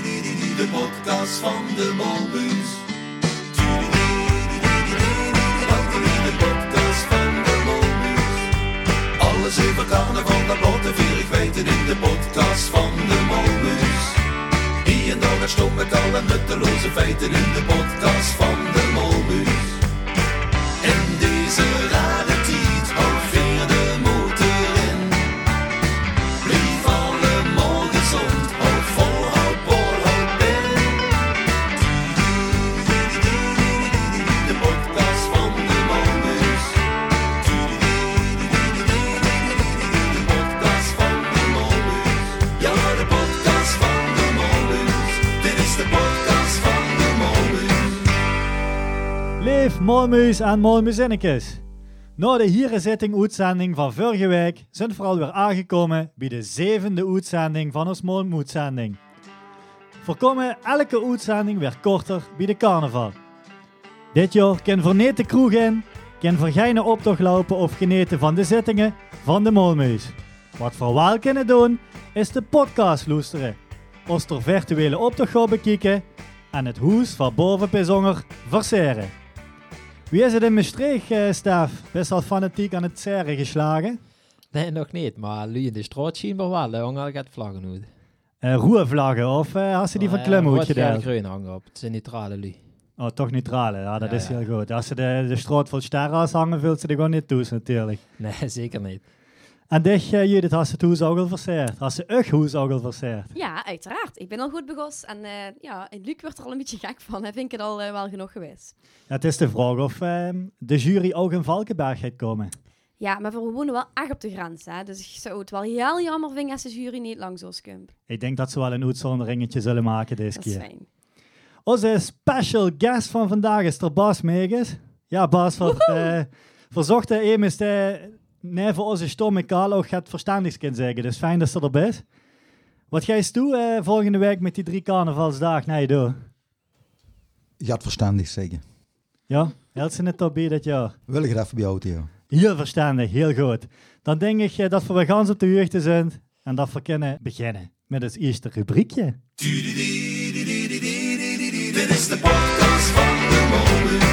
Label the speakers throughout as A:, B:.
A: de podcast van de Molbus. de podcast van de Molbus. Alles even carnaval naar Bottenvier, ik weet het in de podcast van de Molbus. Wie en dan het stom met alle nutteloze feiten in de podcast van de Molbus. En deze rare tiet alweer de motor in. Blijf alle morgen zond, hou vol, hou bol, hou pen. De podcast van de Molbus. De podcast van de Molbus. Ja, de podcast van de Molbus. Dit is de podcast van de Molbus.
B: Leef Molmuis en Molmuzinnekes. Na de hier zitting uitzending van vorige week zijn vooral weer aangekomen bij de zevende uitzending van ons Molmuitzending. Voorkomen elke uitzending weer korter bij de carnaval. Dit jaar kan verneet de kroeg in, kan vergeine optocht lopen of geneten van de zittingen van de Molmuis. Wat we wel kunnen doen, is de podcast loesteren, ons ter virtuele optocht gaan bekijken en het hoes van boven Pizonger verseren. Wie is het in Maastricht, eh, Stef? Best al fanatiek aan het serre geslagen.
C: Nee, nog niet. Maar Lui in de straat zien we wel. hè, Honger gaat vlaggen hoed.
B: Eh roervlaggen, of eh had ze die van Klemhoed gedaan?
C: groen hangen op. Het zijn neutrale Lui.
B: Oh, toch neutrale, ja, dat
C: Ja,
B: is
C: ja.
B: heel goed. Als ze de, de straat vol sterren hangen, vult ze er gewoon niet toe, natuurlijk.
C: Nee, zeker niet.
B: En dich, eh, Judith, had ze het hoes ook al verseerd? Had ze uw hoes ook al verseerd?
D: Ja, uiteraard. Ik ben al goed begos. En eh, ja, en Luc werd er al een beetje gek van. Hij vind ik het al eh, wel genoeg geweest.
B: Ja, het is de vraag of eh, de jury ook in Valkenberg gaat komen.
D: Ja, maar we wonen wel echt op de grens. Hè? Dus ik zou het wel heel jammer vinden als de jury niet lang zou skumpen.
B: Ik denk dat ze wel een uitzonderingetje zullen maken deze
D: Dat is
B: keer.
D: fijn.
B: Onze special guest van vandaag is er Bas Meeges. Ja, Bas, wat eh verzocht hij hem is de nee voor onze stomme Carlo gaat verstandigskind zeggen. Dus fijn dat ze er bent. Wat ga je toe eh, volgende week met die drie carnavalsdagen? Nee, doe.
E: Ja, het verstandig zeggen.
B: Ja, helpt ze het toch bij dat jaar?
E: Wil graag bij jou, Theo.
B: Heel verstandig, heel goed. Dan denk ik eh, dat we weer gans op de jeugd zijn en dat we kunnen beginnen met het eerste rubriekje.
A: Dit is de podcast van de Molbus.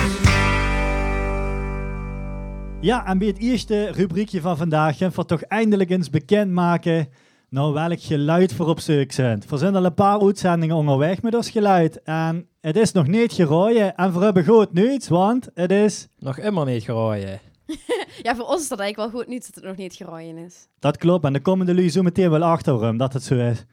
B: Ja, en bij het eerste rubriekje van vandaag gaan we toch eindelijk eens bekendmaken nou welk geluid voor op zoek zijn. Er zijn al een paar uitzendingen onderweg met ons geluid en het is nog niet gerooien en we hebben goed nieuws, want het is...
C: Nog immer niet gerooien.
D: Ja, voor ons is dat eigenlijk wel goed nieuws dat het nog niet gerooien is.
B: Dat klopt en de komende lui zo meteen wel achterom dat het zo is.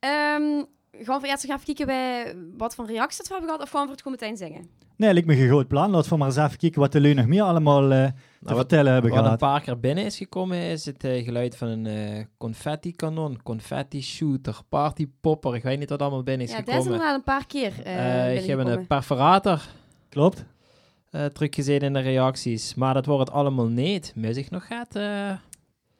D: Ehm, gewoon voor eerst nog even kijken bij wat voor reacties we hebben gehad. Of gewoon voor het gewoon meteen zingen.
B: Nee, lijkt me een goed plan. Laten we maar eens even kijken wat de lui nog meer allemaal eh, te
C: Nou, wat-
B: vertellen hebben
C: Wat een
B: gehad.
C: paar keer binnen is gekomen is het eh, geluid van een eh, confetti-kanon, confetti-shooter, party-popper. Ik weet niet wat allemaal binnen is
D: Ja, daar zijn we
C: gekomen.
D: wel een paar keer
C: Eh,
D: eh
C: ik heb
D: binnengekomen.
C: een perforator
B: Klopt?
C: eh teruggezien in de reacties. Maar dat wordt het allemaal niet. Muziek nog gaat. eh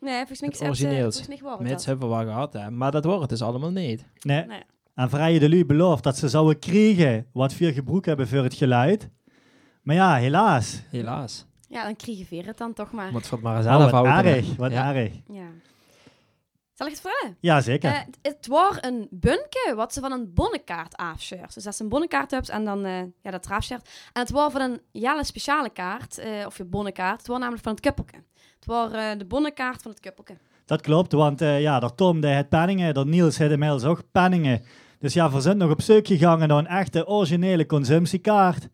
D: Nee, volgens mij
C: Het
D: is het, eh,
C: origineels.
D: volgens mij geworden
C: mits
D: dat.
C: hebben we wel gehad. Hè. Maar dat wordt het dus allemaal niet.
B: Nee.
D: Nee.
B: En Vrije de Lu belooft dat ze zouden krijgen wat veel gebruik hebben voor het geluid. Maar ja, helaas.
C: Helaas.
D: Ja, dan kregen we het dan toch maar.
C: Moet voor het maar eens
B: Nou,
C: zelf
B: wat
C: houden.
B: erg, wat
C: Ja.
B: erg.
D: Ja. Zal ik het vertellen?
B: Ja, zeker.
D: Eh, t- het was een bunke wat ze van een bonnenkaart afscheurt. Dus dat is een bonnenkaart hebt en dan eh, ja, dat afscheurt. En het was van een jelle speciale kaart, eh, of je bonnenkaart. Het was namelijk van het kuppelke. Het was eh, de bonnenkaart van het kuppelke.
B: Dat klopt, want eh, ja, dat Tom deed het penningen, dat Niels had inmiddels ook penningen. Dus ja, we zijn nog op zoek gegaan naar een echte originele consumptiekaart.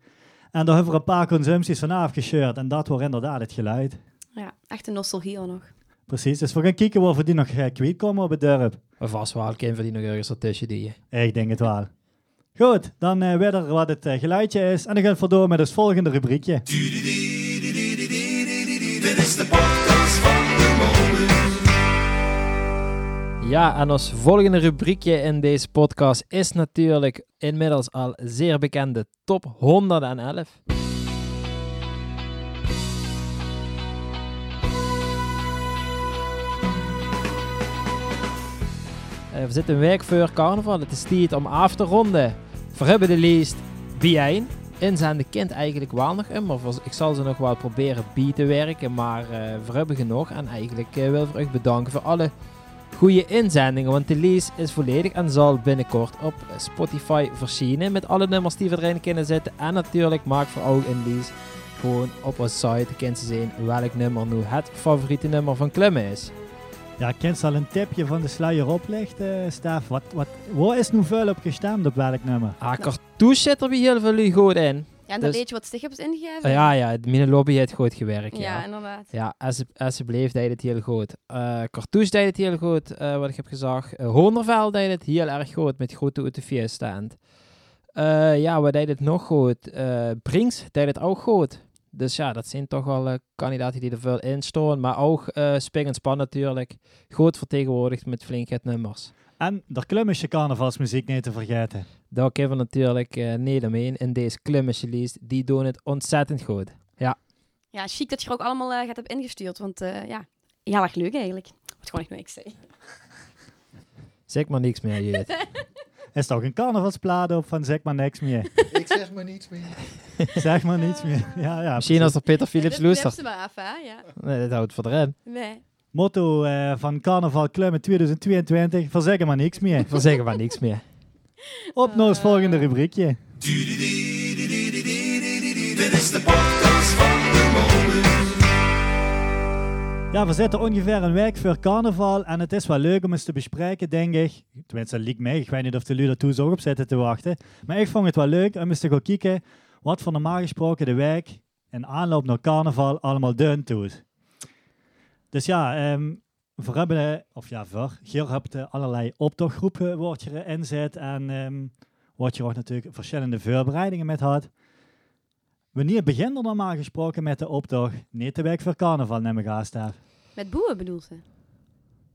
B: En daar hebben we een paar consumpties van afgescheurd. En dat wordt inderdaad het geluid.
D: Ja, echt een nostalgie al nog.
B: Precies, dus we gaan kijken of we die nog eh, kwijt komen op het dorp.
C: Of vast wel, kind van die nog ergens ertussen die.
B: Ik denk het wel. Goed, dan eh weet er wat het eh, geluidje is. En dan gaan we door met het volgende rubriekje.
A: Dit is de podcast van de Molbus.
C: Ja, en ons volgende rubriekje in deze podcast is natuurlijk inmiddels al zeer bekende top 111. Eh, we zitten een week voor carnaval. Het is tijd om af te ronden. Voor hebben de leest bijeen. Inzende kind eigenlijk wel nog in, maar voor- ik zal ze nog wel proberen bij te werken. Maar eh, voor hebben genoeg. En eigenlijk eh, wil ik voor u bedanken voor alle goede inzendingen. Want de lease is volledig en zal binnenkort op Spotify verschijnen. Met alle nummers die we erin kunnen zetten. En natuurlijk maak voor ook een lease gewoon op onze site. Kunnen ze zien welk nummer nu het favoriete nummer van Klemmen is.
B: Ja, kent al een tipje van de sluier oplicht, eh Stef? Wat, wat, waar is nu veel op gestemd, op welk nummer?
C: Ah, cartouche zit er weer heel veel lui goed in.
D: Ja, en dat
C: Dus-
D: weet je wat Stig hebt ingegeven.
C: Ah, ja, ja, mijn lobby heeft goed gewerkt.
D: ja, inderdaad.
C: Ja, alsjeblieft deed het heel goed. Eh Cartouche deed het heel goed, eh, wat ik heb gezegd. Eh, Honderveld deed het heel erg goed met grote uit de vier staand. Eh, ja, wat deed het nog goed? Eh Brinks deed het ook goed. Dus ja, dat zijn toch wel eh, kandidaten die er veel in storen. Maar ook eh Sping en Span natuurlijk. Goed vertegenwoordigd met flinkheid nummers.
B: En daar klummische carnavalsmuziek niet te vergeten.
C: Daar kunnen we natuurlijk eh niet omheen in deze klimmische lijst. Die doen het ontzettend goed.
D: Ja, chic dat je er ook allemaal eh, gaat hebben ingestuurd. Want eh, ja, heel erg leuk eigenlijk. Wat gewoon echt niks zeggen.
C: Zeg maar niks meer, Jut.
B: Is toch een carnavalsplaat op van zeg maar niks meer.
E: Ik zeg maar niets meer.
B: zeg maar niets meer. Ja, ja.
C: Misschien als er Peter Philips luistert.
D: ze maar af, hè? Ja.
C: Nee, dat houdt voor erin.
D: Nee.
B: Motto eh, van Carnaval Klummen 2022, verzeggen maar niks meer.
C: Van zeggen maar niks meer.
B: Op naar het volgende rubriekje.
A: Dit is de podcast van de molens.
B: Ja, we zitten ongeveer een week voor carnaval en het is wel leuk om eens te bespreken, denk ik. Tenminste, dat liep mij. Ik weet niet of de lui daartoe zo op zitten te wachten. Maar ik vond het wel leuk om eens te gaan kijken wat voor normaal gesproken de wijk in aanloop naar carnaval allemaal deunt doet. Dus ja, ehm we hebben, eh, of ja, voor, Geer hebt eh, allerlei optochtgroepen wordt je erin zet en ehm wordt je ook natuurlijk verschillende voorbereidingen met had. Wanneer begint er normaal gesproken met de optocht? Niet de week voor carnaval, neem ik aan, Stef.
D: Met boeien bedoelt ze.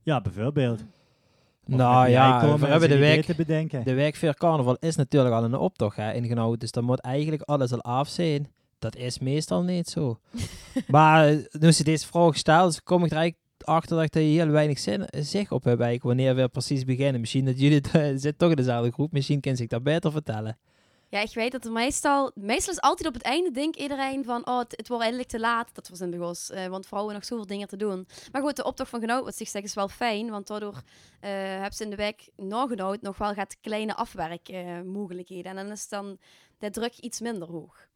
B: Ja, bijvoorbeeld. Of heb
C: nou
B: jij
C: ja,
B: komen
C: we
B: en
C: hebben de
B: zijn idee
C: week,
B: te bedenken.
C: de week voor carnaval is natuurlijk al een optocht hè, ingenomen. Dus dan moet eigenlijk alles al af zijn. Dat is meestal niet zo. maar eh, nu ze deze vraag stelt, kom ik er eigenlijk achter dat ik er heel weinig zin, zicht op heb eigenlijk. Wanneer we precies beginnen. Misschien dat jullie eh, zitten toch in dezelfde groep. Misschien kan ik dat beter vertellen.
D: Ja, ik weet dat er meestal... Meestal is altijd op het einde denkt iedereen van... Oh, het, het wordt eindelijk te laat. Dat was in de gos. eh, want vrouwen nog zoveel dingen te doen. Maar goed, de optocht van Genoot, wat zich zegt, is wel fijn. Want daardoor eh hebben ze in de week na Genoot nog wel gaat kleine afwerkmogelijkheden. en dan is dan de druk iets minder hoog.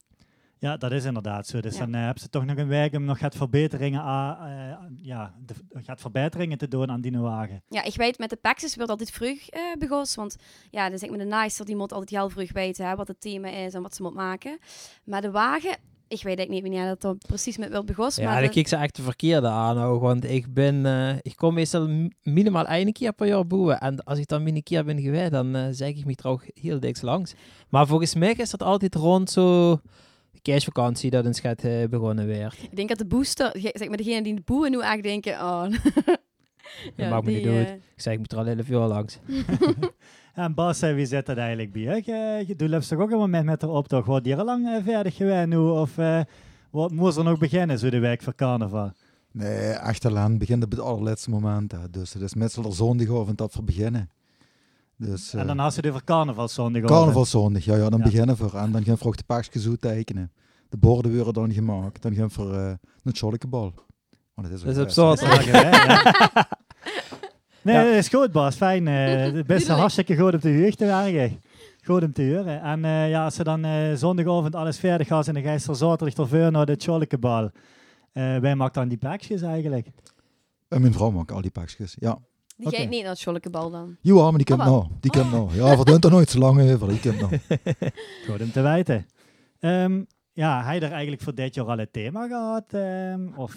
B: Ja, dat is inderdaad zo. Dus
D: Ja.
B: dan eh, hebben ze toch nog een weg om nog gaat verbeteringen, aan, eh, ja, de- gaat verbeteringen te doen aan die wagen.
D: Ja, ik weet, met de Paxis wordt altijd vroeg eh begos. Want ja, dus ik met de Nicer, die moet altijd heel vroeg weten hè, wat het thema is en wat ze moet maken. Maar de wagen, ik weet eigenlijk niet wanneer dat dan precies met wil begos.
C: Ja,
D: maar
C: dan
D: de-
C: kijk ze echt de verkeerde aan ook. Want ik ben, eh, ik kom meestal m- minimaal één keer per jaar boeien. En als ik dan mini keer ben geweest, dan eh zeg ik me er ook heel diks langs. Maar volgens mij is dat altijd rond zo de kerstvakantie dat een schat eh, begonnen werd.
D: ik denk dat de booster, ge- zeg maar degene die de boeien nu eigenlijk denken, oh... ja,
C: maakt me niet
D: die,
C: uit.
D: eh,
C: Ik zeg, ik moet er al heel veel langs.
B: En Bas, eh, wie zit dat eigenlijk bij? hè? Je- Je doet toch ook een moment met de optocht. Wordt die al lang eh, verder geweest nu? Of eh, wat moest er nog beginnen, zo de week voor carnaval?
E: Nee, achterlaan begint op het allerlaatste moment. hè. Dus het is meestal zondagochtend dat we beginnen. Dus, eh,
B: En dan had ze de voor carnavalszondag. over.
E: Carnavalszondag, ja, ja, dan
B: Ja.
E: beginnen we. En dan gaan we ook de Paakske Zoo tekenen. De borden worden dan gemaakt. Dan gaan we eh naar Tjolkebal. Want het is ook
C: Dus op
E: best.
B: Dat is wel
C: zondag.
B: geweest, hè? Nee,
C: Ja.
B: dat is goed, Bas. Fijn. eh, Het beste
D: Tuurlijk.
B: hartstikke goed om te huur te werken. Goed om te huren. En eh, ja, als ze dan eh, zondagavond alles verder gaat en dan ga je er zaterdag ervoor naar de Tjolkebal. Eh wij maken dan die pakjes eigenlijk.
E: En mijn vrouw maakt al die pakjes. Ja.
D: Die
B: Oké.
D: gaat niet naar het Schollekebal dan.
E: Joh, maar die kent
D: Oh, wat?
E: nou. Die kent nou. Ja, verdient er nooit zo lang over. Die kent nou.
B: Goed om te weten. Ehm, ja, hij er eigenlijk voor dit jaar al het thema gehad? ehm, of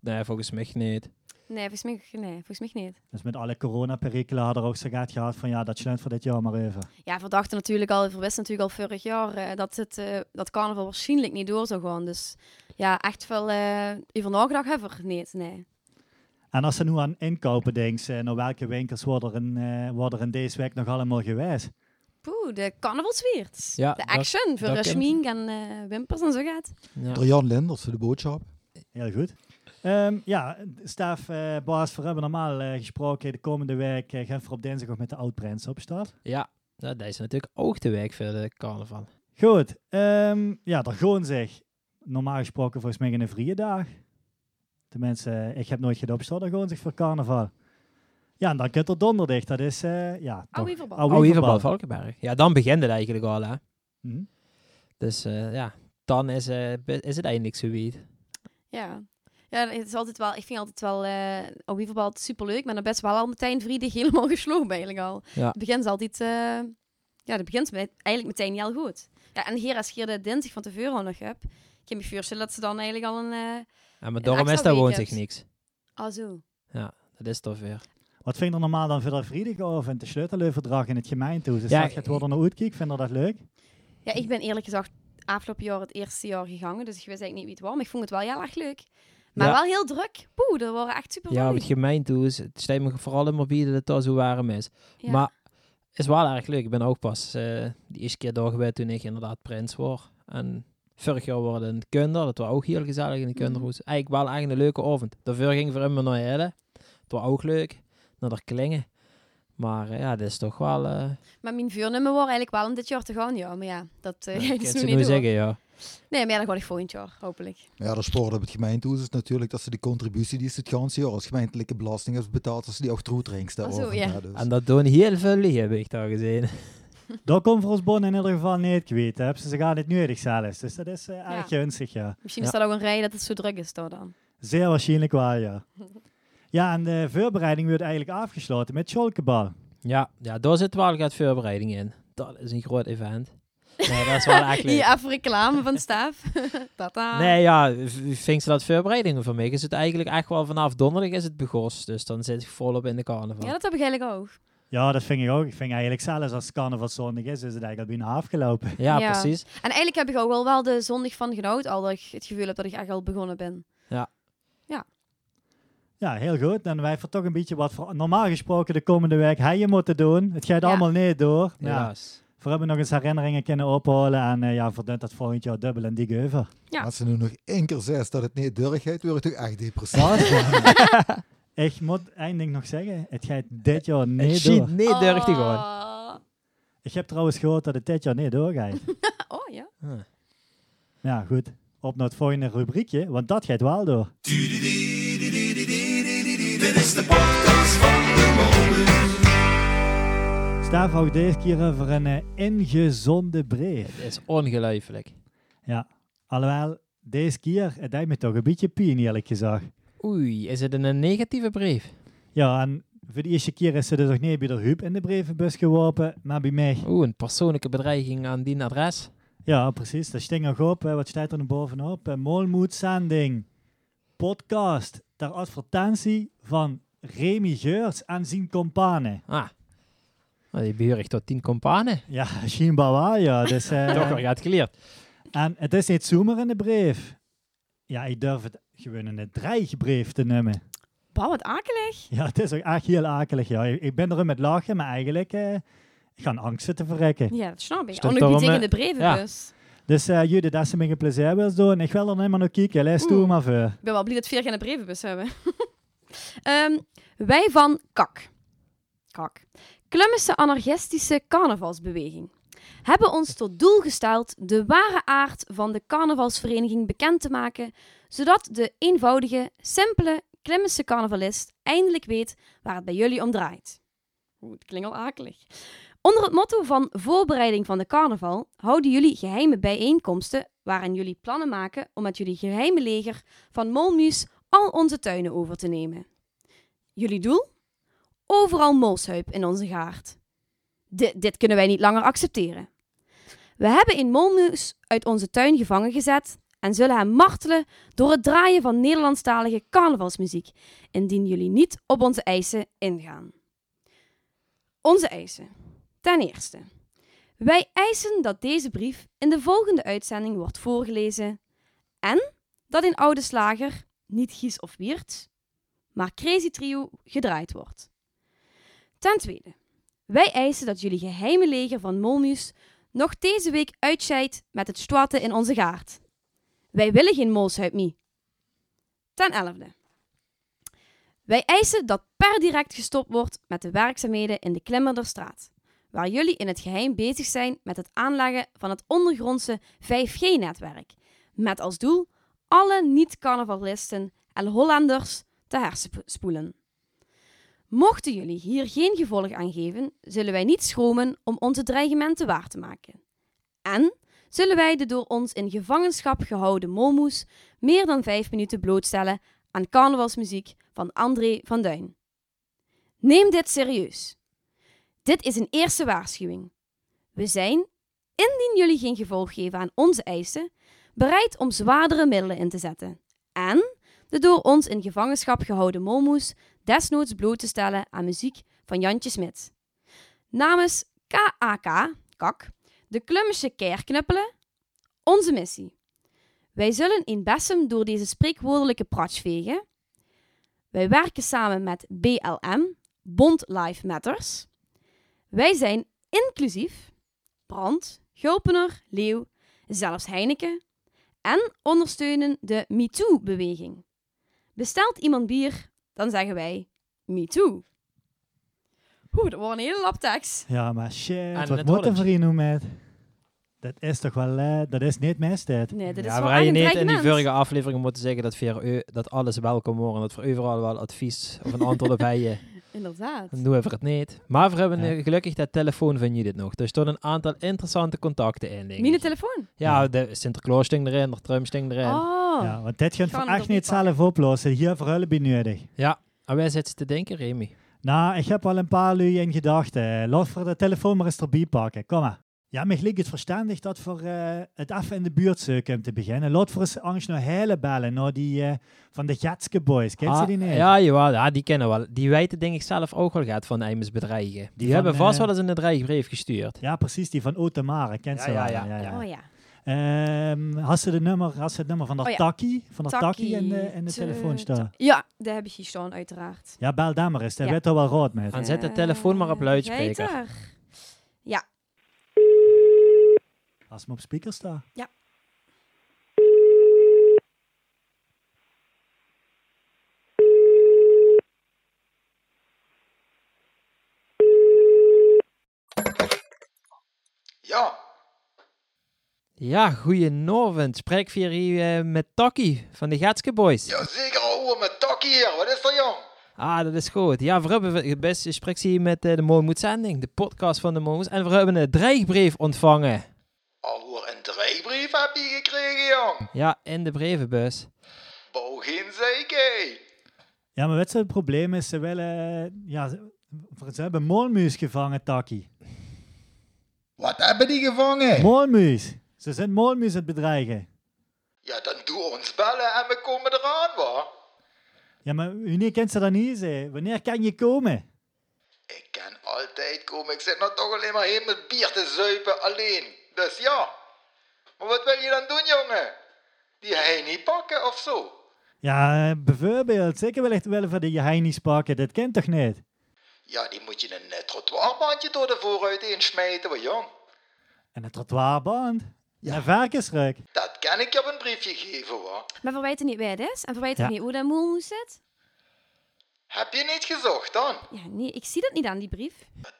C: Nee, volgens mij niet.
D: Nee, volgens mij, nee, volgens mij niet.
B: dus met alle coronaperikelen hadden er ook zo gaat gehad van ja, dat sluit voor dit jaar maar even.
D: Ja, we dachten natuurlijk al, we wisten natuurlijk al vorig jaar eh, dat, het, eh, dat carnaval waarschijnlijk niet door zou gaan. Dus ja, echt wel eh over nagedacht hebben we er niet, nee.
B: En als ze nu aan inkopen denkt, eh, naar welke winkels worden er, in, eh, worden er in deze week nog allemaal geweest?
D: Poeh, de carnavalsweert.
C: Ja,
D: de
C: dat-
D: action voor
C: dat
D: eh,
C: ken ik.
D: schmink en eh, wimpers en zo gaat.
C: Ja.
E: Jan Lenders, de boodschap.
B: Heel goed. Ehm, ja, Staf, eh Bas, we hebben normaal eh, gesproken de komende week eh, gaan we op dinsdag ook met de oud-prins op start.
C: ja, nou, dat is natuurlijk ook de week voor de carnaval.
B: Goed, ehm, ja, daar gewoon zeg. Normaal gesproken volgens mij een vrije dag. Tenminste, eh, ik heb nooit gedaan op start, daar gewoon zich voor carnaval. Ja, en dan kunt er donderdag. Dat is, eh ja, toch.
D: Oude Iverbal.
B: Oude
C: Oh, in ieder
B: Iverbal.
C: geval Valkenberg. Ja, dan begint het eigenlijk al, hè.
E: Mhm.
C: Dus eh, ja, dan is, eh, be- is het eindelijk zoiets.
D: Ja. Ja, het is altijd wel, ik vind altijd wel, eh Oude Iverbal altijd superleuk, maar dan best wel al meteen vrienden helemaal geslopen eigenlijk al.
C: Ja.
D: Het begint altijd, eh, ja, het begint met, eigenlijk meteen heel goed. Ja, en hier als je de dinsdag van tevoren al nog hebt, ik heb me voorstellen dat ze dan eigenlijk al een, eh
C: Ja, maar daarom is
D: extra
C: daar woont zich
D: weekend.
C: niks.
D: oh zo.
C: Dat is toch weer.
B: Wat vind je er normaal dan voor dat vrienden over en de sleutelverdrag in het gemeentehuis? Dus
C: Ja,
B: zag je het
C: ik-
B: worden naar uitkijk? Vind je dat leuk?
D: Ja, ik ben eerlijk gezegd afgelopen jaar het eerste jaar gegaan, dus ik wist eigenlijk niet wie het was, maar ik vond het wel heel erg leuk. Maar
C: Ja.
D: wel heel druk. Poeh, er waren echt super
C: Ja, op het gemeentehuis. Het steekt me vooral in bieden dat het daar zo warm is. Maar is wel erg leuk. Ik ben ook pas eh de eerste keer daar geweest toen ik inderdaad prins was. En vorig jaar waren we in het kinder. Dat was ook heel gezellig
D: Mm.
C: in de kinderhoes. Eigenlijk wel echt een leuke avond. Daarvoor ging ik voor hem naar Helle. Het was ook leuk. Naar de klingen. Maar eh, ja, dat is toch wel... eh
D: maar mijn vuurnummer was eigenlijk wel om dit jaar te gaan, ja. Maar ja, dat eh ga ik
C: kun
D: dus
C: je
D: nu
C: het
D: niet
C: nu
D: doen.
C: zeggen, ja.
D: Nee, maar ja, dan ga ik volgend jaar, hopelijk.
E: Ja, de sporen op het gemeentehuis is natuurlijk dat ze die contributie die ze het ganse jaar als gemeentelijke belasting hebben betaald, dat ze die ook troetringst
D: Ah, zo,
E: daarover.
D: ja.
E: dus.
C: En dat doen heel veel liegen, heb ik daar gezien.
B: Dat komt voor ons bon in ieder geval niet kwijt. Hè? Ze gaan het nu erg zelfs. Dus dat is eh, erg
D: Ja.
B: gunstig, ja.
D: Misschien
C: Ja.
D: is dat ook een reden dat het zo druk is daar dan.
B: Zeer waarschijnlijk wel, ja. Ja, en de voorbereiding wordt eigenlijk afgesloten met Schalkebal.
C: Ja, ja daar zit wel wat voorbereiding in. Dat is een groot event. Nee, dat is wel echt leuk.
D: Hier even reclame van Staaf. Tata.
C: Nee, ja, v- vind ze dat voorbereidingen voor mij? Is het eigenlijk echt wel vanaf donderdag is het begost. Dus dan zit ik volop in de carnaval.
D: Ja, dat heb ik eigenlijk ook.
B: Ja, dat vind ik ook. Ik vind eigenlijk zelfs als het carnavalszondag is, is het eigenlijk al bijna afgelopen.
C: Ja,
D: Ja.
C: precies.
D: En eigenlijk heb ik ook wel, wel de zondag van genoten, al dat ik het gevoel heb dat ik echt al begonnen ben.
B: Ja, heel goed. Dan wij voor toch een beetje wat voor, normaal gesproken de komende week hij je moeten doen. Het gaat
D: Ja.
B: allemaal niet door. Ja.
C: Helaas.
B: Voor hebben we nog eens herinneringen kunnen ophalen. En eh, ja, verdient dat volgend jaar dubbel en dik over.
D: Ja.
E: Als ze nu nog één keer zegt dat het niet durigheid, word ik toch echt depressief.
B: Ik moet één ding nog zeggen. Het gaat dit jaar
C: Nee,
B: niet
C: het ziet
B: door.
C: niet durf te gaan.
D: Oh.
B: Ik heb trouwens gehoord dat het dit jaar niet doorgaat.
D: Oh, ja.
C: Huh.
B: ja, goed. Op naar het volgende rubriekje, want dat gaat wel door.
A: Dit is de podcast van de Molens.
B: Staaf ook deze keer over een eh, ingezonde
C: Het
B: brief.
C: is ongelooflijk.
B: Alhoewel, deze keer, het deed me toch een beetje pijn, eerlijk gezegd.
C: Oei, is het een- een negatieve brief?
B: Ja, en voor de eerste keer is ze dus nog niet bij de Huub in de brievenbus geworpen, maar bij mij.
C: Oeh, een persoonlijke bedreiging aan die adres.
B: Ja, precies. Dat sting nog op. hè. Wat staat er nu bovenop? Eh, Molmoedzending. Podcast ter advertentie van Remy Geurts en zijn companen.
C: Ah. Nou, die behoor ik tot tien companen.
B: Ja, schijnbaar wel, ja. Dus, eh,
C: Toch weer gaat geleerd.
B: en het is niet zomaar in de brief. Ja, ik durf het gewoon een dreigbrief te noemen.
D: Wauw, wat akelig.
B: Ja, het is ook echt heel akelig. Ja. Ik ik ben erom met lachen, maar eigenlijk eh, ik ga angst zitten verrekken.
D: Ja, dat snap ik.
C: Stond
D: Oh,
C: er
D: nog niet
C: om,
D: tegen in de
C: eh,
D: brevenbus.
B: Dus eh jullie, dat ze me een plezier wil doen. Ik wil er helemaal nog kijken. Lijst toe
D: Oeh.
B: maar voor.
D: Ik ben wel blij dat we geen in de brevenbus hebben. Ehm, wij van KAK. KAK. Klummense anarchistische carnavalsbeweging. Hebben ons tot doel gesteld de ware aard van de carnavalsvereniging bekend te maken, zodat de eenvoudige, simpele Klummense carnavalist eindelijk weet waar het bij jullie om draait. Oeh, het klinkt al akelig. Onder het motto van voorbereiding van de carnaval houden jullie geheime bijeenkomsten waarin jullie plannen maken om met jullie geheime leger van molmuis al onze tuinen over te nemen. Jullie doel? Overal molshuip in onze gaard. Di- dit kunnen wij niet langer accepteren. We hebben een molmuis uit onze tuin gevangen gezet en zullen hem martelen door het draaien van Nederlandstalige carnavalsmuziek, indien jullie niet op onze eisen ingaan. Onze eisen. Ten eerste. Wij eisen dat deze brief in de volgende uitzending wordt voorgelezen dat in Oude Slager niet Gies of Wiert, maar Crazy Trio gedraaid wordt. Ten tweede, wij eisen dat jullie geheime leger van Molmuus nog deze week uitscheidt met het stwatten in onze gaard. Wij willen geen molshuip mee. Ten elfde, wij eisen dat per direct gestopt wordt met de werkzaamheden in de Klimmerderstraat, waar jullie in het geheim bezig zijn met het aanleggen van het ondergrondse 5G-netwerk, met als doel alle niet-carnavalisten en Hollanders te hersenspoelen. Mochten jullie hier geen gevolg aan geven, zullen wij niet schromen om onze dreigementen waar te maken. En zullen wij de door ons in gevangenschap gehouden molmoes meer dan vijf minuten blootstellen aan carnavalsmuziek van André van Duin. Neem dit serieus. Dit is een eerste waarschuwing. We zijn, indien jullie geen gevolg geven aan onze eisen, bereid om zwaardere middelen in te zetten en de door ons in gevangenschap gehouden molmoes desnoods bloot te stellen aan muziek van Jantje Smit. Namens KAK, KAK, de Klummische Keerknuppelen, onze missie. Wij zullen een bessem door deze spreekwoordelijke pratsch vegen. Wij werken samen met BLM, Bond Life Matters. Wij zijn inclusief, Brand, Gulpener, Leeuw, zelfs Heineken. En ondersteunen de MeToo-beweging. Bestelt iemand bier, dan zeggen wij MeToo. Oeh, dat wordt een hele lap tekst.
B: Ja, maar shit,
C: het
B: wat moet er
C: Hollands.
B: voor je nou met? Dat is toch wel... eh, dat is niet mijn tijd.
D: Nee, dit is
C: ja,
D: wel
C: we rijden
D: echt een
C: niet in die
D: dreigement.
C: vorige aflevering moeten zeggen dat, voor u, dat alles welkom hoort en dat voor overal wel advies of een antwoord op je.
D: Inderdaad.
C: Dan doen we voor het niet. Maar we hebben
B: Ja.
C: eh, gelukkig dat telefoon van dit nog. Dus er een aantal interessante contacten in. denk
D: Mijn
C: ik.
D: telefoon.
C: Ja, de Sinterklaas sting erin, de Trump sting erin.
D: Oh.
B: Ja, want dit gaan
D: Gaan
B: we
D: we het
B: echt niet
D: ook niet
B: zelf oplossen. Hier voor hulp nodig.
C: Ja, en wij zitten te denken, Remy.
B: Nou, ik heb al een paar lui in gedachten. Laat voor de telefoon maar eens erbij pakken. Kom maar. Ja, mij lijkt het verstandig dat voor eh, het even in de buurt zoeken te beginnen. Laat voor eens angst naar Heilen bellen, naar die eh, van de Gatske Boys. Kent ze
C: Ah,
B: die niet?
C: Ja, jawel, ja, die kennen wel. Die weten denk ik zelf ook wel gaat van Eimers bedreigen. Die,
B: van,
C: hebben vast
B: eh,
C: wel eens een dreigbrief gestuurd.
B: Ja, precies, die van Otemare. Kent
C: Ja,
B: ze
C: ja,
B: wel?
C: ja,
D: Oh ja.
B: Ehm, had ze de nummer, had ze het nummer van dat
D: Oh ja.
B: Taki, van dat Taki in de, in de
D: Te-
B: telefoon staan?
D: ta- Ja, daar heb ik hier staan, uiteraard.
B: Ja, bel daar maar eens. Daar
D: Ja.
B: weet er wel rood mee.
C: En zet de telefoon maar op
D: Eh,
C: luidspreker.
D: Peter.
B: Als me op speaker staat.
D: Ja.
A: Ja,
C: Ja, goedenavond. Spreek via hier eh, met Taki van de Gatske Boys.
A: ja zeker ouwe, met Takkie hier. Wat is er jong?
C: Ah, dat is goed. Ja, we hebben we- best je spreekt hier met eh, de Moonmoed Zending, de podcast van de Moonmoed. En we hebben een dreigbrief ontvangen.
A: Alhoor, een dreigbrief heb je gekregen jong.
C: Ja, in de brevenbus.
A: Bouw geen zeker.
B: Ja, maar weet je, het probleem is, ze willen... Ja, ze, ze hebben molmuis gevangen, Taki.
A: Wat hebben die
C: Eh.
A: gevangen?
B: Molmuis. Ze zijn molmuis aan het bedreigen.
A: Ja, dan doe ons bellen en we komen eraan, wa?
B: Ja, maar wanneer kent ze dat niet, ze? Wanneer kan je komen?
A: Ik kan altijd komen. Ik zit nou toch alleen maar heen met bier te zuipen, alleen. Dus ja. Maar wat wil je dan doen, jongen? Die hij niet pakken of zo?
B: Ja, eh, bijvoorbeeld. Zeker wellicht willen van die heinis pakken. Dat kent toch niet?
A: Ja, die moet je een eh, trottoirbandje door de vooruit heen smijten, wa jong.
B: En een trottoirband. Ja. Een varkensruk.
A: Dat kan ik je op een briefje geven, wa?
D: Maar verwijt er niet wie het is en verwijt er
B: Ja.
D: niet hoe dat moe zit.
A: Heb je niet gezocht dan?
D: Ja, nee, ik zie dat niet aan die brief.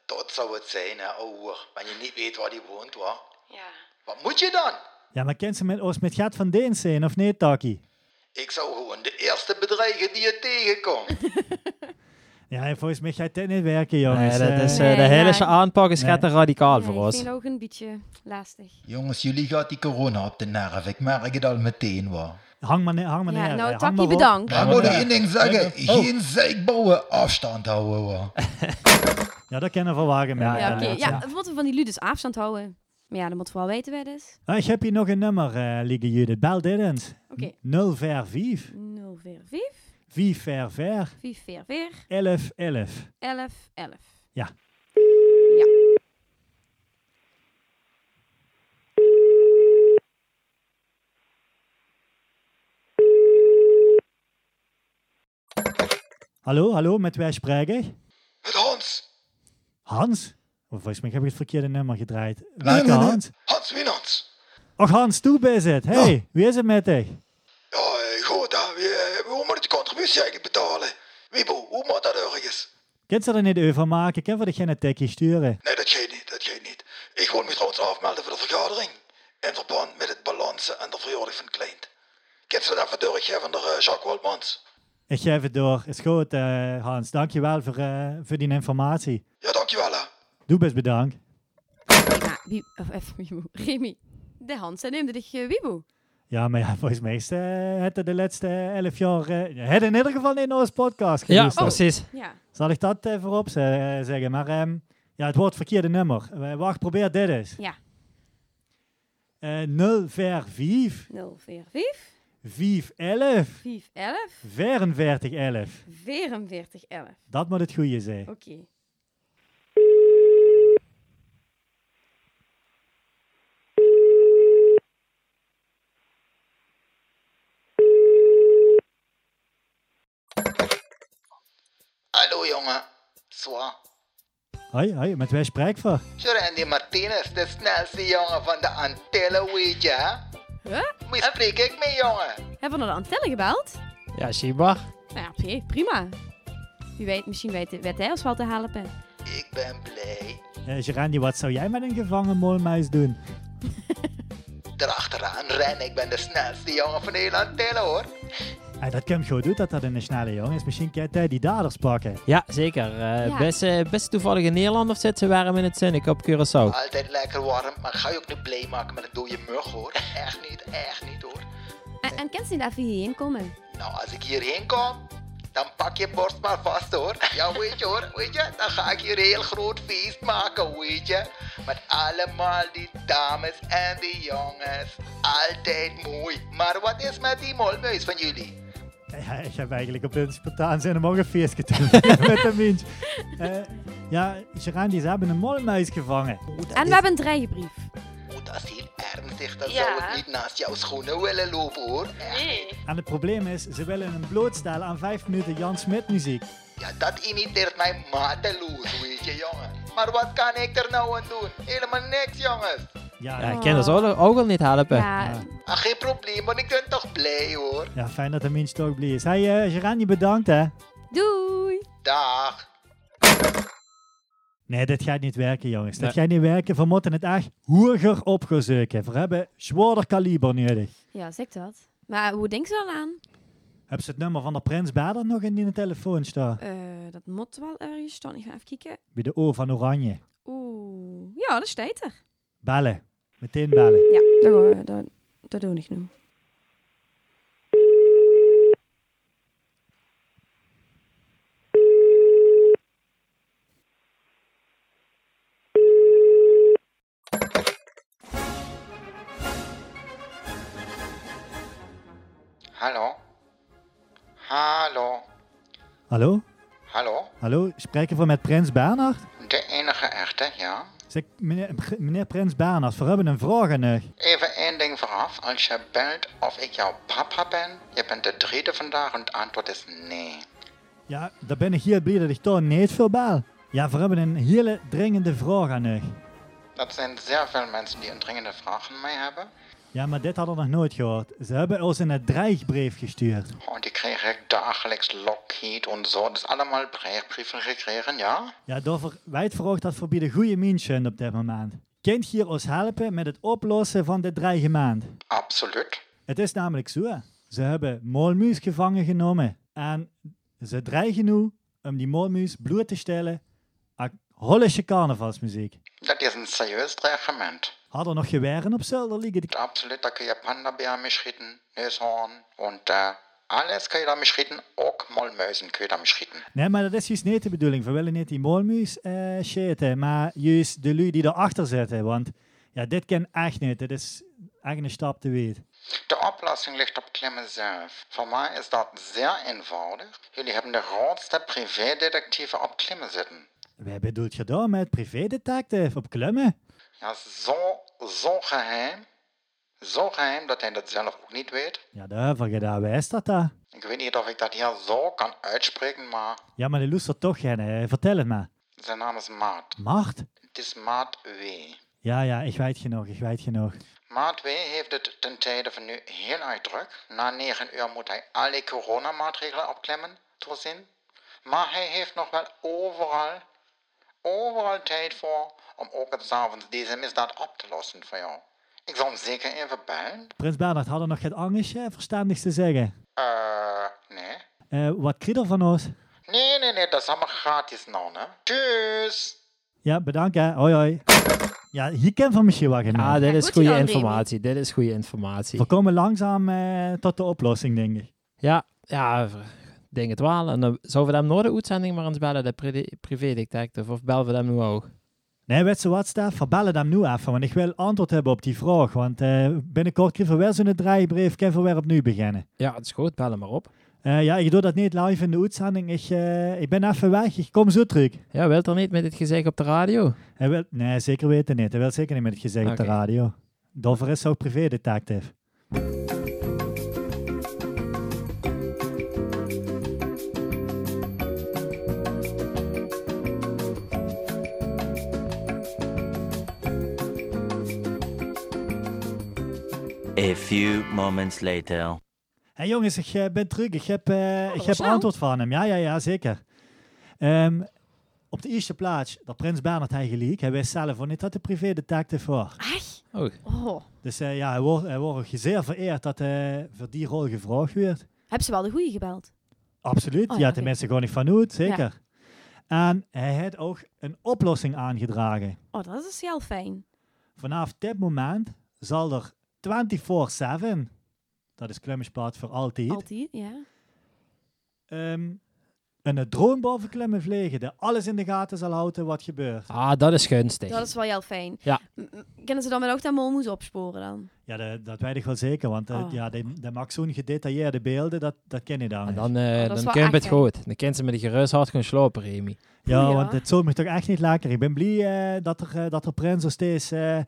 A: Dat zou het zijn, hè, ouwe. Wanneer je niet weet waar die woont, wa?
D: Ja.
A: Wat moet je dan?
B: Ja, maar kent ze met ons met Gat van Deens zijn, of niet, Taki?
A: Ik zou gewoon de eerste bedreigen die je tegenkomt.
B: Ja, en volgens mij gaat dit niet werken, jongens.
C: Nee, dat
B: Eh,
C: is, eh,
D: Nee,
C: de hele
D: ja.
C: aanpak is
B: Nee.
C: gaat te radicaal
D: Ja,
C: voor
D: Ik
C: ons.
D: vind het ook een beetje lastig.
A: Jongens, jullie gaat die corona op de nerf. Ik merk het al meteen, hoor.
B: Hang maar, ne- hang maar
D: Ja,
B: neer,
D: nou,
B: eh, hang
D: Taki,
B: maar op.
D: bedankt.
A: Maar ik moet
B: maar
A: er één ding zeggen. Geen zeik bouwen, afstand houden, hoor.
B: Ja, dat kennen we van Wagen.
C: Ja,
D: Ah, Ja, oké.
C: ja,
D: Ja, we moeten van die ludes afstand houden. Maar ja, dan moeten we wel weten wie het is.
B: Eh, ik heb hier nog een nummer eh liggen, Judith. Bel dit eens.
D: Oké.
B: 045
D: 045
B: 444
D: 444
B: 1111.
D: 1111.
B: Ja.
D: Ja.
B: Hallo, hallo, met wij spreken?
A: Met Hans.
B: Hans? Oh, volgens mij heb ik het verkeerde nummer gedraaid.
A: Nee,
B: Welke
A: nee, nee.
B: Hans?
A: Hans Wienans.
B: Och, Hans, toe bij zit. Hey, wie is het met dich?
A: Ja, eh, goed, hè. Wie, eh, Hoe moet ik de contributie eigenlijk betalen? Wiebo, hoe moet dat ergens?
B: Kunt ze er niet over maken? Kunnen we er geen tikje sturen?
A: Nee, dat geeft niet, dat geeft niet. Ik wil me trouwens afmelden voor de vergadering. In verband met het balansen en de verjoring van Kleint. Kent ze dat even doorgeven naar eh, Jacques Woltmans?
B: Ik geef het door. Is goed, eh, Hans. Dankjewel voor, eh, voor die informatie.
A: Ja, dankjewel hè.
B: Doe best bedankt.
D: Ja, wie, of even Wiebo. Remy, de Hans, hij neemde dich eh, Wiebo.
B: Ja, maar ja, volgens mij is eh, het de laatste elf jaar... eh, het in ieder geval in onze podcast
C: Ja, Oh.
B: geluisterd.
C: precies.
D: Ja.
B: Zal ik dat eh, voorop ze- zeggen? Maar ehm, ja, het wordt verkeerde nummer. Eh, wacht, probeer dit eens.
D: Ja.
B: Eh 045
D: 045
B: 511
D: 511
B: 4411.
D: 4411.
B: Dat moet het goede zijn.
D: Oké.
F: Hallo jongen, zo.
B: Hoi, hoi, met wij spreek voor?
F: Zo Randy Martinez, de snelste jongen van de Antillen, weet je hè?
D: Huh?
F: Wie spreek ik mee jongen?
D: Hebben we naar de antenne gebeld?
C: Ja, Shiba.
D: Nou ja, oké, prima. Wie weet, misschien weet, weet hij ons wel te helpen.
F: Ik ben blij.
B: Eh Gerandi, wat zou jij met een gevangen molmuis doen?
F: Erachteraan ren, ik ben de snelste jongen van de hele Antillen hoor.
B: Eh, dat kan goed doen dat dat een snelle jongen is. Misschien kan hij die daders pakken.
C: Ja, zeker. Eh,
D: Ja.
C: Best, eh, best toevallig in Nederland of zit ze warm in het zinnik
D: Oh.
C: op Curaçao.
F: Altijd lekker warm, maar ga je ook niet blij maken met een dode mug hoor. Echt niet, echt niet hoor.
D: En, en kent ze niet even hierheen komen?
F: Nou, als ik hierheen kom, dan pak je borst maar vast hoor. Ja, weet je hoor, weet je, dan ga ik hier een heel groot feest maken, weet je. Met allemaal die dames en die jongens. Altijd mooi. Maar wat is met die molmuis van jullie?
B: Ja, Eh, ik heb eigenlijk op dit spontaan zin om ook een feestje te doen met een mintje. Eh, ja, Gerandi, ze hebben een molmuis gevangen.
D: En we hebben een dreigebrief.
F: Oeh, dat is heel ernstig. Dan
G: Ja.
F: zou ik niet naast jouw schoenen willen lopen hoor.
G: Nee.
B: En het probleem is, ze willen hem blootstellen aan vijf minuten Jan Smit muziek.
F: Ja, dat imiteert mij mateloos, weet je jongen. Maar wat kan ik er nou aan doen? Helemaal niks jongens.
B: Ja,
C: Ja,
B: ja.
C: ik ken dat ook, ook al niet helpen.
D: Ja,
F: Ah, geen probleem, want ik ben toch blij hoor.
B: fijn dat de mintje toch blij is. Hey, eh, Gerandi, bedankt hè.
D: doei!
F: Dag.
B: Nee, dit gaat niet werken, jongens. Dit
C: Nee.
B: gaat niet werken. We moeten het echt hoerger op gaan zoeken. We hebben zwaarder kaliber nodig.
D: Ja, zeg dat. Maar hoe denkt ze dan aan?
B: Heb ze het nummer van de Prins Bader nog in die telefoon staan?
D: Eh, dat moet wel ergens staan. Ik ga even kijken.
B: Bij de O van Oranje.
D: Oeh. Ja, dat staat er.
B: Bellen. Meteen bellen.
D: Ja, dat, gaan we- dat, dat doe ik nu.
F: Hallo? Hallo?
B: Hallo?
F: Hallo?
B: Hallo? Spreken we met Prins Bernhard?
F: De enige echte, ja?
B: Zeg, meneer, meneer Prins Bernhard, we hebben een vraag aan u.
F: Even één ding vooraf. Als je belt of ik jouw papa ben, je bent de driede vandaag en het antwoord is nee.
B: Ja, daar ben ik heel blij dat ik daar niet veel bel. Ja, we hebben een hele dringende vraag aan u.
F: Dat zijn zeer veel mensen die een dringende vraag aan mij hebben.
B: Ja, maar dit hadden we nog nooit gehoord. Ze hebben ons een dreigbrief gestuurd.
F: Oh, die kreeg ik dagelijks Lockheed en zo. Dus allemaal breekbrieven gekregen, ja?
B: Ja, daarvoor wijd verhoogd dat verbieden goede mensen op dit moment. Kunt hier ons helpen met het oplossen van dit dreigement?
F: Absoluut.
B: Het is namelijk zo. Ze hebben molmuis gevangen genomen. En ze dreigen nu om die molmuis bloed te stellen aan Hollandse carnavalsmuziek.
F: Dat is een serieus dreigement.
B: Hadden nog geweren op zolder liggen. Die-
F: Absoluut, daar kun je pandabeer mee schieten, neushoorn en eh, alles kun je daarmee schieten. Ook molmuizen kun je daarmee schieten.
B: Nee, maar dat is juist niet de bedoeling. We willen niet die molmuis eh shiten, maar juist de lui die erachter zitten. Want ja, dit kan echt niet. Dit is echt een stap te weet.
F: De oplossing ligt op Clem zelf. Voor mij is dat zeer eenvoudig. Jullie hebben de grootste privédetectieve op Clem zitten.
B: Wij bedoelt je daar met privédetective op klimmen?
F: Ja, zo, zo geheim. Zo geheim dat hij dat zelf ook niet weet.
B: Ja, daar hebben we daar wijst dat daar.
F: Ik weet niet of ik dat hier zo kan uitspreken, maar
B: Ja, maar de luistert toch geen. hè. Vertel het maar.
F: zijn naam is Maat.
B: Mart?
F: Het is Maat W.
B: Ja, ja, ik weet genoeg, ik weet genoeg.
F: Maat W heeft het ten tijde van nu heel erg druk. Na 9 uur moet hij alle coronamaatregelen opklemmen, toezien. Maar hij heeft nog wel overal, overal tijd voor om ook het 's avonds deze misdaad op te lossen voor jou. Ik zal hem zeker even bellen.
B: Prins Bernhard had er nog geen angstje verstandigs te zeggen.
F: Eh, nee.
B: Eh, wat kriegt er van ons?
F: Nee, nee, nee, das haben wir gratis nou, noch, ne? Tschüss!
B: Ja, bedankt hè. Hoi hoi. Ja, hier kennen we misschien wel geen
C: Ah,
B: naam.
C: dit
D: Kijk,
C: is
D: goed
C: goede
D: gedaan, Remy.
C: informatie. Dit is goede informatie.
B: We komen langzaam eh, tot de oplossing, denk ik.
C: Ja, ja, v- denk het wel. En dan zouden we hem nooit de uitzending maar eens bellen, de pri- privédetective, of bellen we hem nu ook?
B: Nee, weet je wat, Stef? Verbellen hem nu even, want ik wil antwoord hebben op die vraag. Want eh, binnenkort krijgen we weer zo'n draaibrief, kunnen we weer opnieuw beginnen.
C: Ja, het is goed, bel hem maar op.
B: Eh, ja, ik doe dat niet live in de uitzending. Ik, eh, ik ben even weg, ik kom zo terug.
C: Ja, wilt er niet met dit gezegd op de radio?
B: Hij wil, nee, zeker weten niet. Hij wil zeker niet met het gezegd op de
C: Oké.
B: radio. Dover is ook privédetective.
G: A few moments later.
B: Hé jongens, ik eh, ben terug. Ik heb, eh, ik
D: was
B: heb
D: snel.
B: antwoord van hem. Ja, ja, ja, zeker. Ehm, op de eerste plaats, dat Prins Bernhard hij geliek. Hij wist zelf ook niet dat de privédetective was.
D: Echt?
C: Oh,
D: Oh.
B: Dus eh, ja, hij wordt, hij wordt ook zeer vereerd dat hij voor die rol gevraagd werd.
D: Hebben ze wel de goeie gebeld?
B: Absoluut.
D: Oh,
B: ja,
D: ja,
B: de
D: oké.
B: mensen gewoon niet van uit, zeker. En hij heeft ook een oplossing aangedragen.
D: Oh, dat is heel fijn.
B: Vanaf dit moment zal er 24-7, dat is klemmingspaard voor altijd,
D: Altijd, ja.
B: ehm, een drone boven klemmen vliegen die alles in de gaten zal houden wat gebeurt.
C: ah, dat is gunstig.
D: Dat is wel heel fijn.
C: Ja.
D: M- m- Kunnen ze dan wel ook dat molmoes opsporen dan?
B: Ja, dat, dat weet ik wel zeker, want eh,
D: Oh.
B: ja, die, die maakt zo'n gedetailleerde beelden, dat, dat ken je dan.
C: En
B: niet.
C: dan, eh
D: Oh, dat is
C: dan
D: wel
C: kun je
D: echt,
C: het
D: hè?
C: goed. Dan kent ze met een gerust hart gaan slopen, Remy.
B: Ja,
D: Ja.
B: want het zult me toch echt niet lekker. Ik ben blij eh, dat, er, eh, dat er Prins nog steeds eh,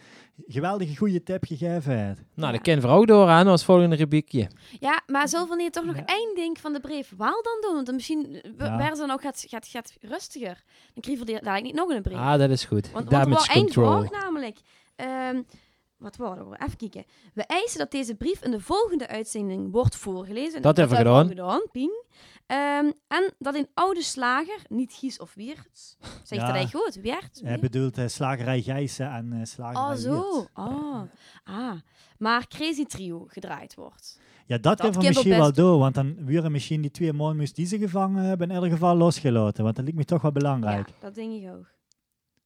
B: geweldige goede tip gegeven heeft.
C: Nou,
D: Ja.
C: dat kennen we ook door aan als volgende rubriekje.
D: Ja, maar zullen we niet toch nog
B: Ja.
D: één ding van de brief wel dan doen? Want dan misschien eh, we-
B: Ja.
D: werden ze dan ook gaat, gaat, gaat rustiger. Dan krieven we die- dadelijk niet nog in een brief.
C: Ah, dat is goed.
D: want, want er was
C: Damage
D: één
C: control.
D: vraag namelijk. Ehm, wat worden we? Even kijken. We eisen dat deze brief in de volgende uitzending wordt voorgelezen.
C: Dat hebben we
D: hebben we
C: gedaan.
D: gedaan, Pien. Ehm, en dat een oude slager, niet Gies of Wiertz, zegt
B: Ja.
D: dat hij goed, Wiertz?
B: Hij bedoelt eh, slagerij Gijzen en eh, slagerij
D: Oh, Mhm. zo.
B: Wiertz.
D: Oh. Ah. Maar Crazy Trio gedraaid wordt.
B: Ja, dat, kan
D: kan
B: we misschien
D: wel
B: wel
D: best.
B: door, want dan waren misschien die twee molmuis die ze gevangen hebben in ieder geval losgelaten, want dat lijkt me toch wel belangrijk.
D: Ja, dat denk ik ook.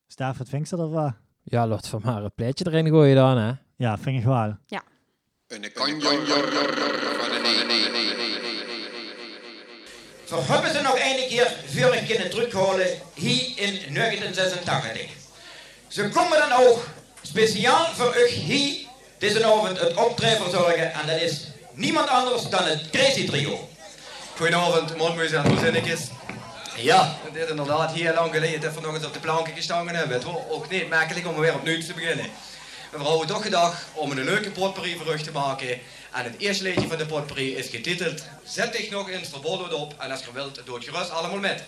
B: Staaf, wat vind je ervan?
C: Ja, laat van maar het pleitje erin gooien dan, hè.
B: Ja, vind ik wel.
H: Een kanjer van een
I: Zo hebben ze nog een keer voor een kunnen terugholen hier in 1986. Ze komen dan ook speciaal voor u hier deze avond het optreden verzorgen en dat is niemand anders dan het Crazy Trio.
H: Goedenavond, Monmuis en Verzinnekes.
I: Ja,
H: Het is inderdaad heel lang geleden dat we nog eens op de planken gestangen hebben. Het was ook niet makkelijk om weer opnieuw te beginnen. Maar we hebben toch gedacht om een leuke potpourri voor u te maken. En het eerste liedje van de potpourri is getiteld Zet dich nog eens verboden op en als je wilt, doe het gerust allemaal met.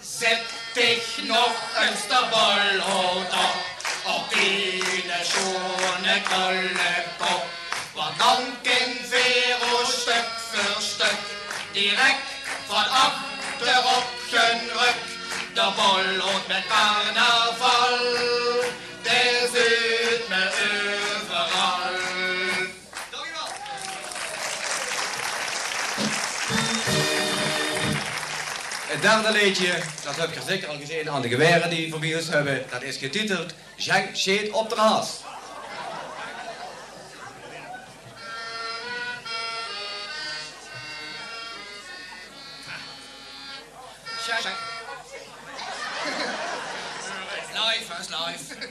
I: Zet dich nog een stabalhout op, op die schone krullenkop. Want dan kan Vero stuk voor stuk, direct van achterop zijn ruk. De bolhout met carnaval, der zit me overal. Dankjewel.
H: Het derde liedje, dat heb ik er zeker al gezien aan de geweren die voor wie ons hebben. Dat is getiteld Jank Sheet op de Haas.
I: Shank. Life is life.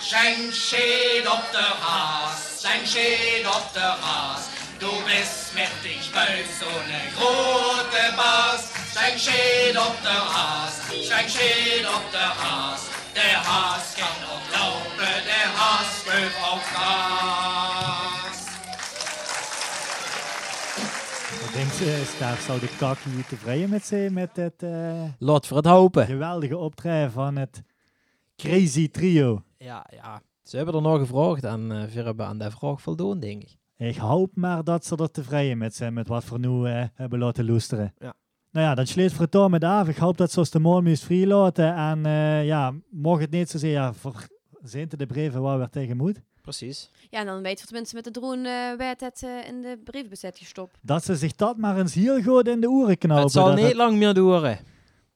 I: Zijn Schäd op de Haas, zijn Schäd op de Haas. Du bist mächtig bös, so ne grote Baas. Zijn Schäd op de Haas, zijn Schäd op de Haas. Der Haas kan auch laufen, der Haas geht auf Gras.
B: Ik denk, eh, Staaf zou de kak hier tevreden met zijn met het eh,
C: Lot voor het hopen.
B: geweldige optreden van het Crazy Trio.
C: Ja, ja. Ze hebben er nog gevraagd en eh we hebben aan de vraag voldoen, denk ik.
B: Ik hoop maar dat ze er tevreden met zijn, met wat voor nu eh, hebben laten loesteren.
C: Ja.
B: Nou ja, dat sleet vertrouwen met af. Ik hoop dat ze ons de Molmuis vrijlaten. En eh, ja, mocht het niet zozeer ja, voor zijn te de brieven waar we tegen moet.
C: Precies.
D: Ja, en dan weten we tenminste met de droen eh werd het eh, in de briefbezet gestopt.
B: Dat ze zich dat maar eens heel goed in de oren knopen.
C: het zal
B: dat
C: niet lang meer duren.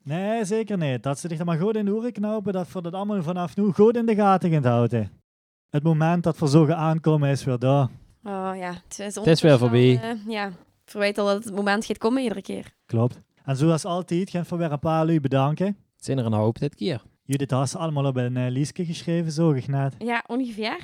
B: Nee, zeker niet. Dat ze zich dan maar goed in de oren knopen, dat we dat allemaal vanaf nu goed in de gaten gaan houden. Het moment dat we zo gaan aankomen is weer daar.
D: Oh ja, het is,
C: is weer voorbij.
D: Eh, ja, verwijt al dat het moment gaat komen iedere keer.
B: Klopt. En zoals altijd gaan we weer een paar lui bedanken.
C: Het zijn er een hoop dit keer.
B: Judith Haas allemaal op een eh, liesje geschreven, zo gegnaad.
D: Ja, ongeveer.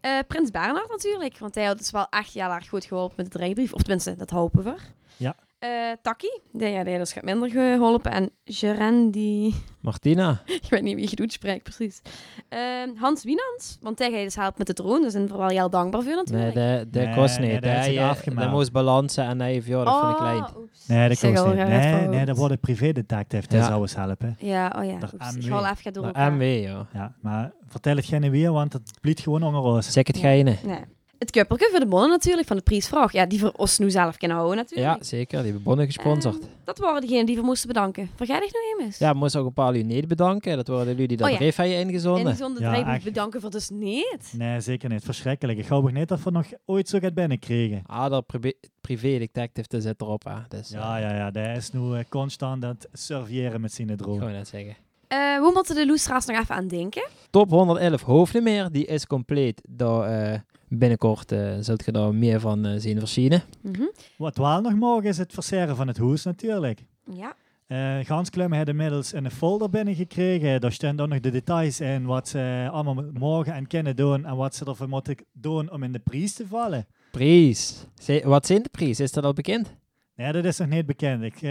D: Eh, Prins Bernhard natuurlijk, want hij had dus wel echt heel erg goed geholpen met de draaibrief. Of tenminste, dat hopen we.
B: Ja.
D: Eh, Taki, die, ja, die had dus wat minder geholpen. En Geren, die...
C: Martina,
D: Ik weet niet wie je het uitspreekt, precies. Ehm, Hans Wienans, want hij gaat dus helpen met de drone. Dus daar zijn we wel heel dankbaar voor natuurlijk.
C: nee, dat dat
B: Nee,
C: kost
B: nee,
C: niet.
B: dat is het
C: Hij, eh,
B: afgemaakt.
C: dat moest balansen en hij ja, dat
D: Oh,
C: vind ik leid.
D: oeps.
B: Nee, dat
D: Ik zeg
B: kost
D: al,
B: niet.
D: ja, net
B: Nee,
D: verhoogd.
B: nee, dat wordt een privédetective. Dat
C: Ja.
B: zou eens helpen.
D: Ja, oh ja.
B: Dag
D: oeps. Ik
B: AMW.
D: ga al even door
C: Maar
D: elkaar.
C: MW, Nou, ja.
B: Ja, maar vertel het geen weer, want het bliet gewoon onder ons.
C: Zeg het geine.
D: Nee. Het kuppelke voor de bonnen natuurlijk, van de prijsvraag. Ja, die voor ons nu zelf kunnen houden natuurlijk.
C: Ja, zeker. Die hebben bonnen gesponsord.
D: Ehm, dat waren degenen die we moesten bedanken. Vergeet ik nog eens.
C: Ja, we moesten ook een paar jullie bedanken. Dat waren jullie die dat
D: Oh ja.
C: brief hebben
D: En die
C: ingezonden.
D: zonder
B: Ja,
D: drijven
B: echt.
D: bedanken voor dus niet.
B: Nee, zeker niet. Verschrikkelijk. Ik hoop niet dat we nog ooit zo gaat binnenkrijgen.
C: Ah, dat privé- privé-detective dat zit erop. Hè. Dus, eh,
B: Ja, ja, ja. Dat is nu eh, constant aan het surveilleren met zijn
C: ik
B: droom.
C: wou net zeggen.
D: Eh, we moeten de loestra's nog even aan denken.
C: Top 111 hoofden meer, die is compleet. Daar, eh, binnenkort eh, zult je daar meer van eh, zien verschijnen.
D: Mhm.
B: Wat wel nog mogen is het verseren van het hoes natuurlijk.
D: Ja.
B: Eh Gansklem had inmiddels in een folder binnengekregen. Daar staan dan nog de details in wat ze allemaal mogen en kunnen doen. En wat ze ervoor moeten doen om in de prijs te vallen.
C: Prijs. Zee- Wat zijn de prijs? Is dat al bekend?
B: Nee, dat is nog niet bekend. Ik eh,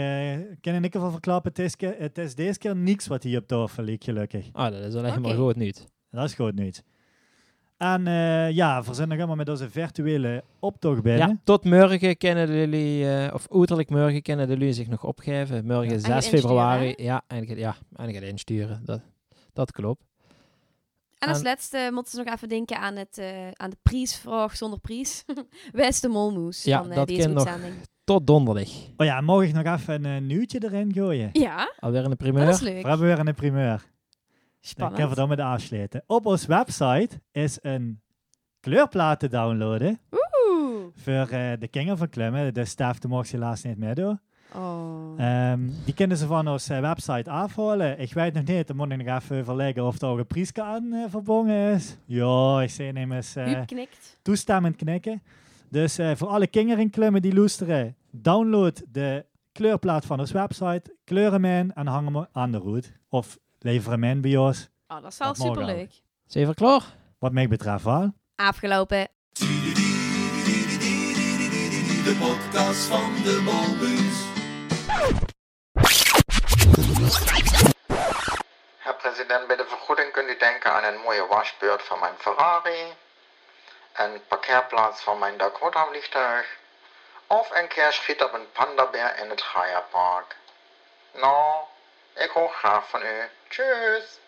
B: kan in ieder geval verklappen, het is, ke- het is deze keer niks wat hier op tafel ligt, gelukkig.
C: Ah, dat is al helemaal
D: Oké.
C: goed nieuws.
B: Dat is goed nieuws. En eh, ja, we zijn nog helemaal met onze virtuele optocht binnen.
C: Ja, tot morgen kennen jullie, eh, of uiterlijk morgen kennen jullie zich nog opgeven. Morgen
D: En gaat
C: 6 februari.
D: insturen,
C: Ja, en gaat, ja, en gaat insturen. Dat, dat klopt.
D: En als
C: Aan-
D: laatste moeten ze nog even denken aan, het, eh, aan de prijsvraag zonder prijs. Wij is de molmoes
C: Ja,
D: van eh,
C: dat
D: deze
C: kan nog.
D: uitzending.
C: Tot donderdag.
B: Oh ja, mag ik nog even een eh, nieuwtje erin gooien?
D: Ja,
C: Alweer in de
D: dat is
C: primeur.
B: We
D: leuk.
B: hebben weer een primeur. Ik
D: Spannend.
B: kan we dan met afsluiten. Op onze website is een kleurplaat te downloaden
D: Oeh.
B: voor eh, de King van Klimmen. De staaf Dus de mocht helaas niet mee doen.
D: Oh.
B: Ehm, die kunnen ze van onze website afhalen. Ik weet nog niet, dan moet ik nog even verleggen of er ook een prijskaart aan eh, verbonden is. Ja, ik zei neem eens eh,
D: Huub knikt.
B: toestemmend knikken. Dus eh, voor alle kinderen in Klimmen die loesteren, download de kleurplaat van onze website, kleur hem in en hang hem aan de roet. Of lever hem in bij ons,
D: Oh, dat is wel
B: Dat mogen we
D: superleuk.
C: Zijn we klaar?
B: wat mij betreft wel.
D: Afgelopen.
A: De podcast van de Molbus.
F: Herr Präsident, bij de vergoeding kunt u denken aan een mooie wasbeurt van mijn Ferrari, een parkeerplaats van mijn Dakota vliegtuig of een kerstschiet op een pandabeer in het Geierpark. Nou, ik hoor graag van u. Tschüss!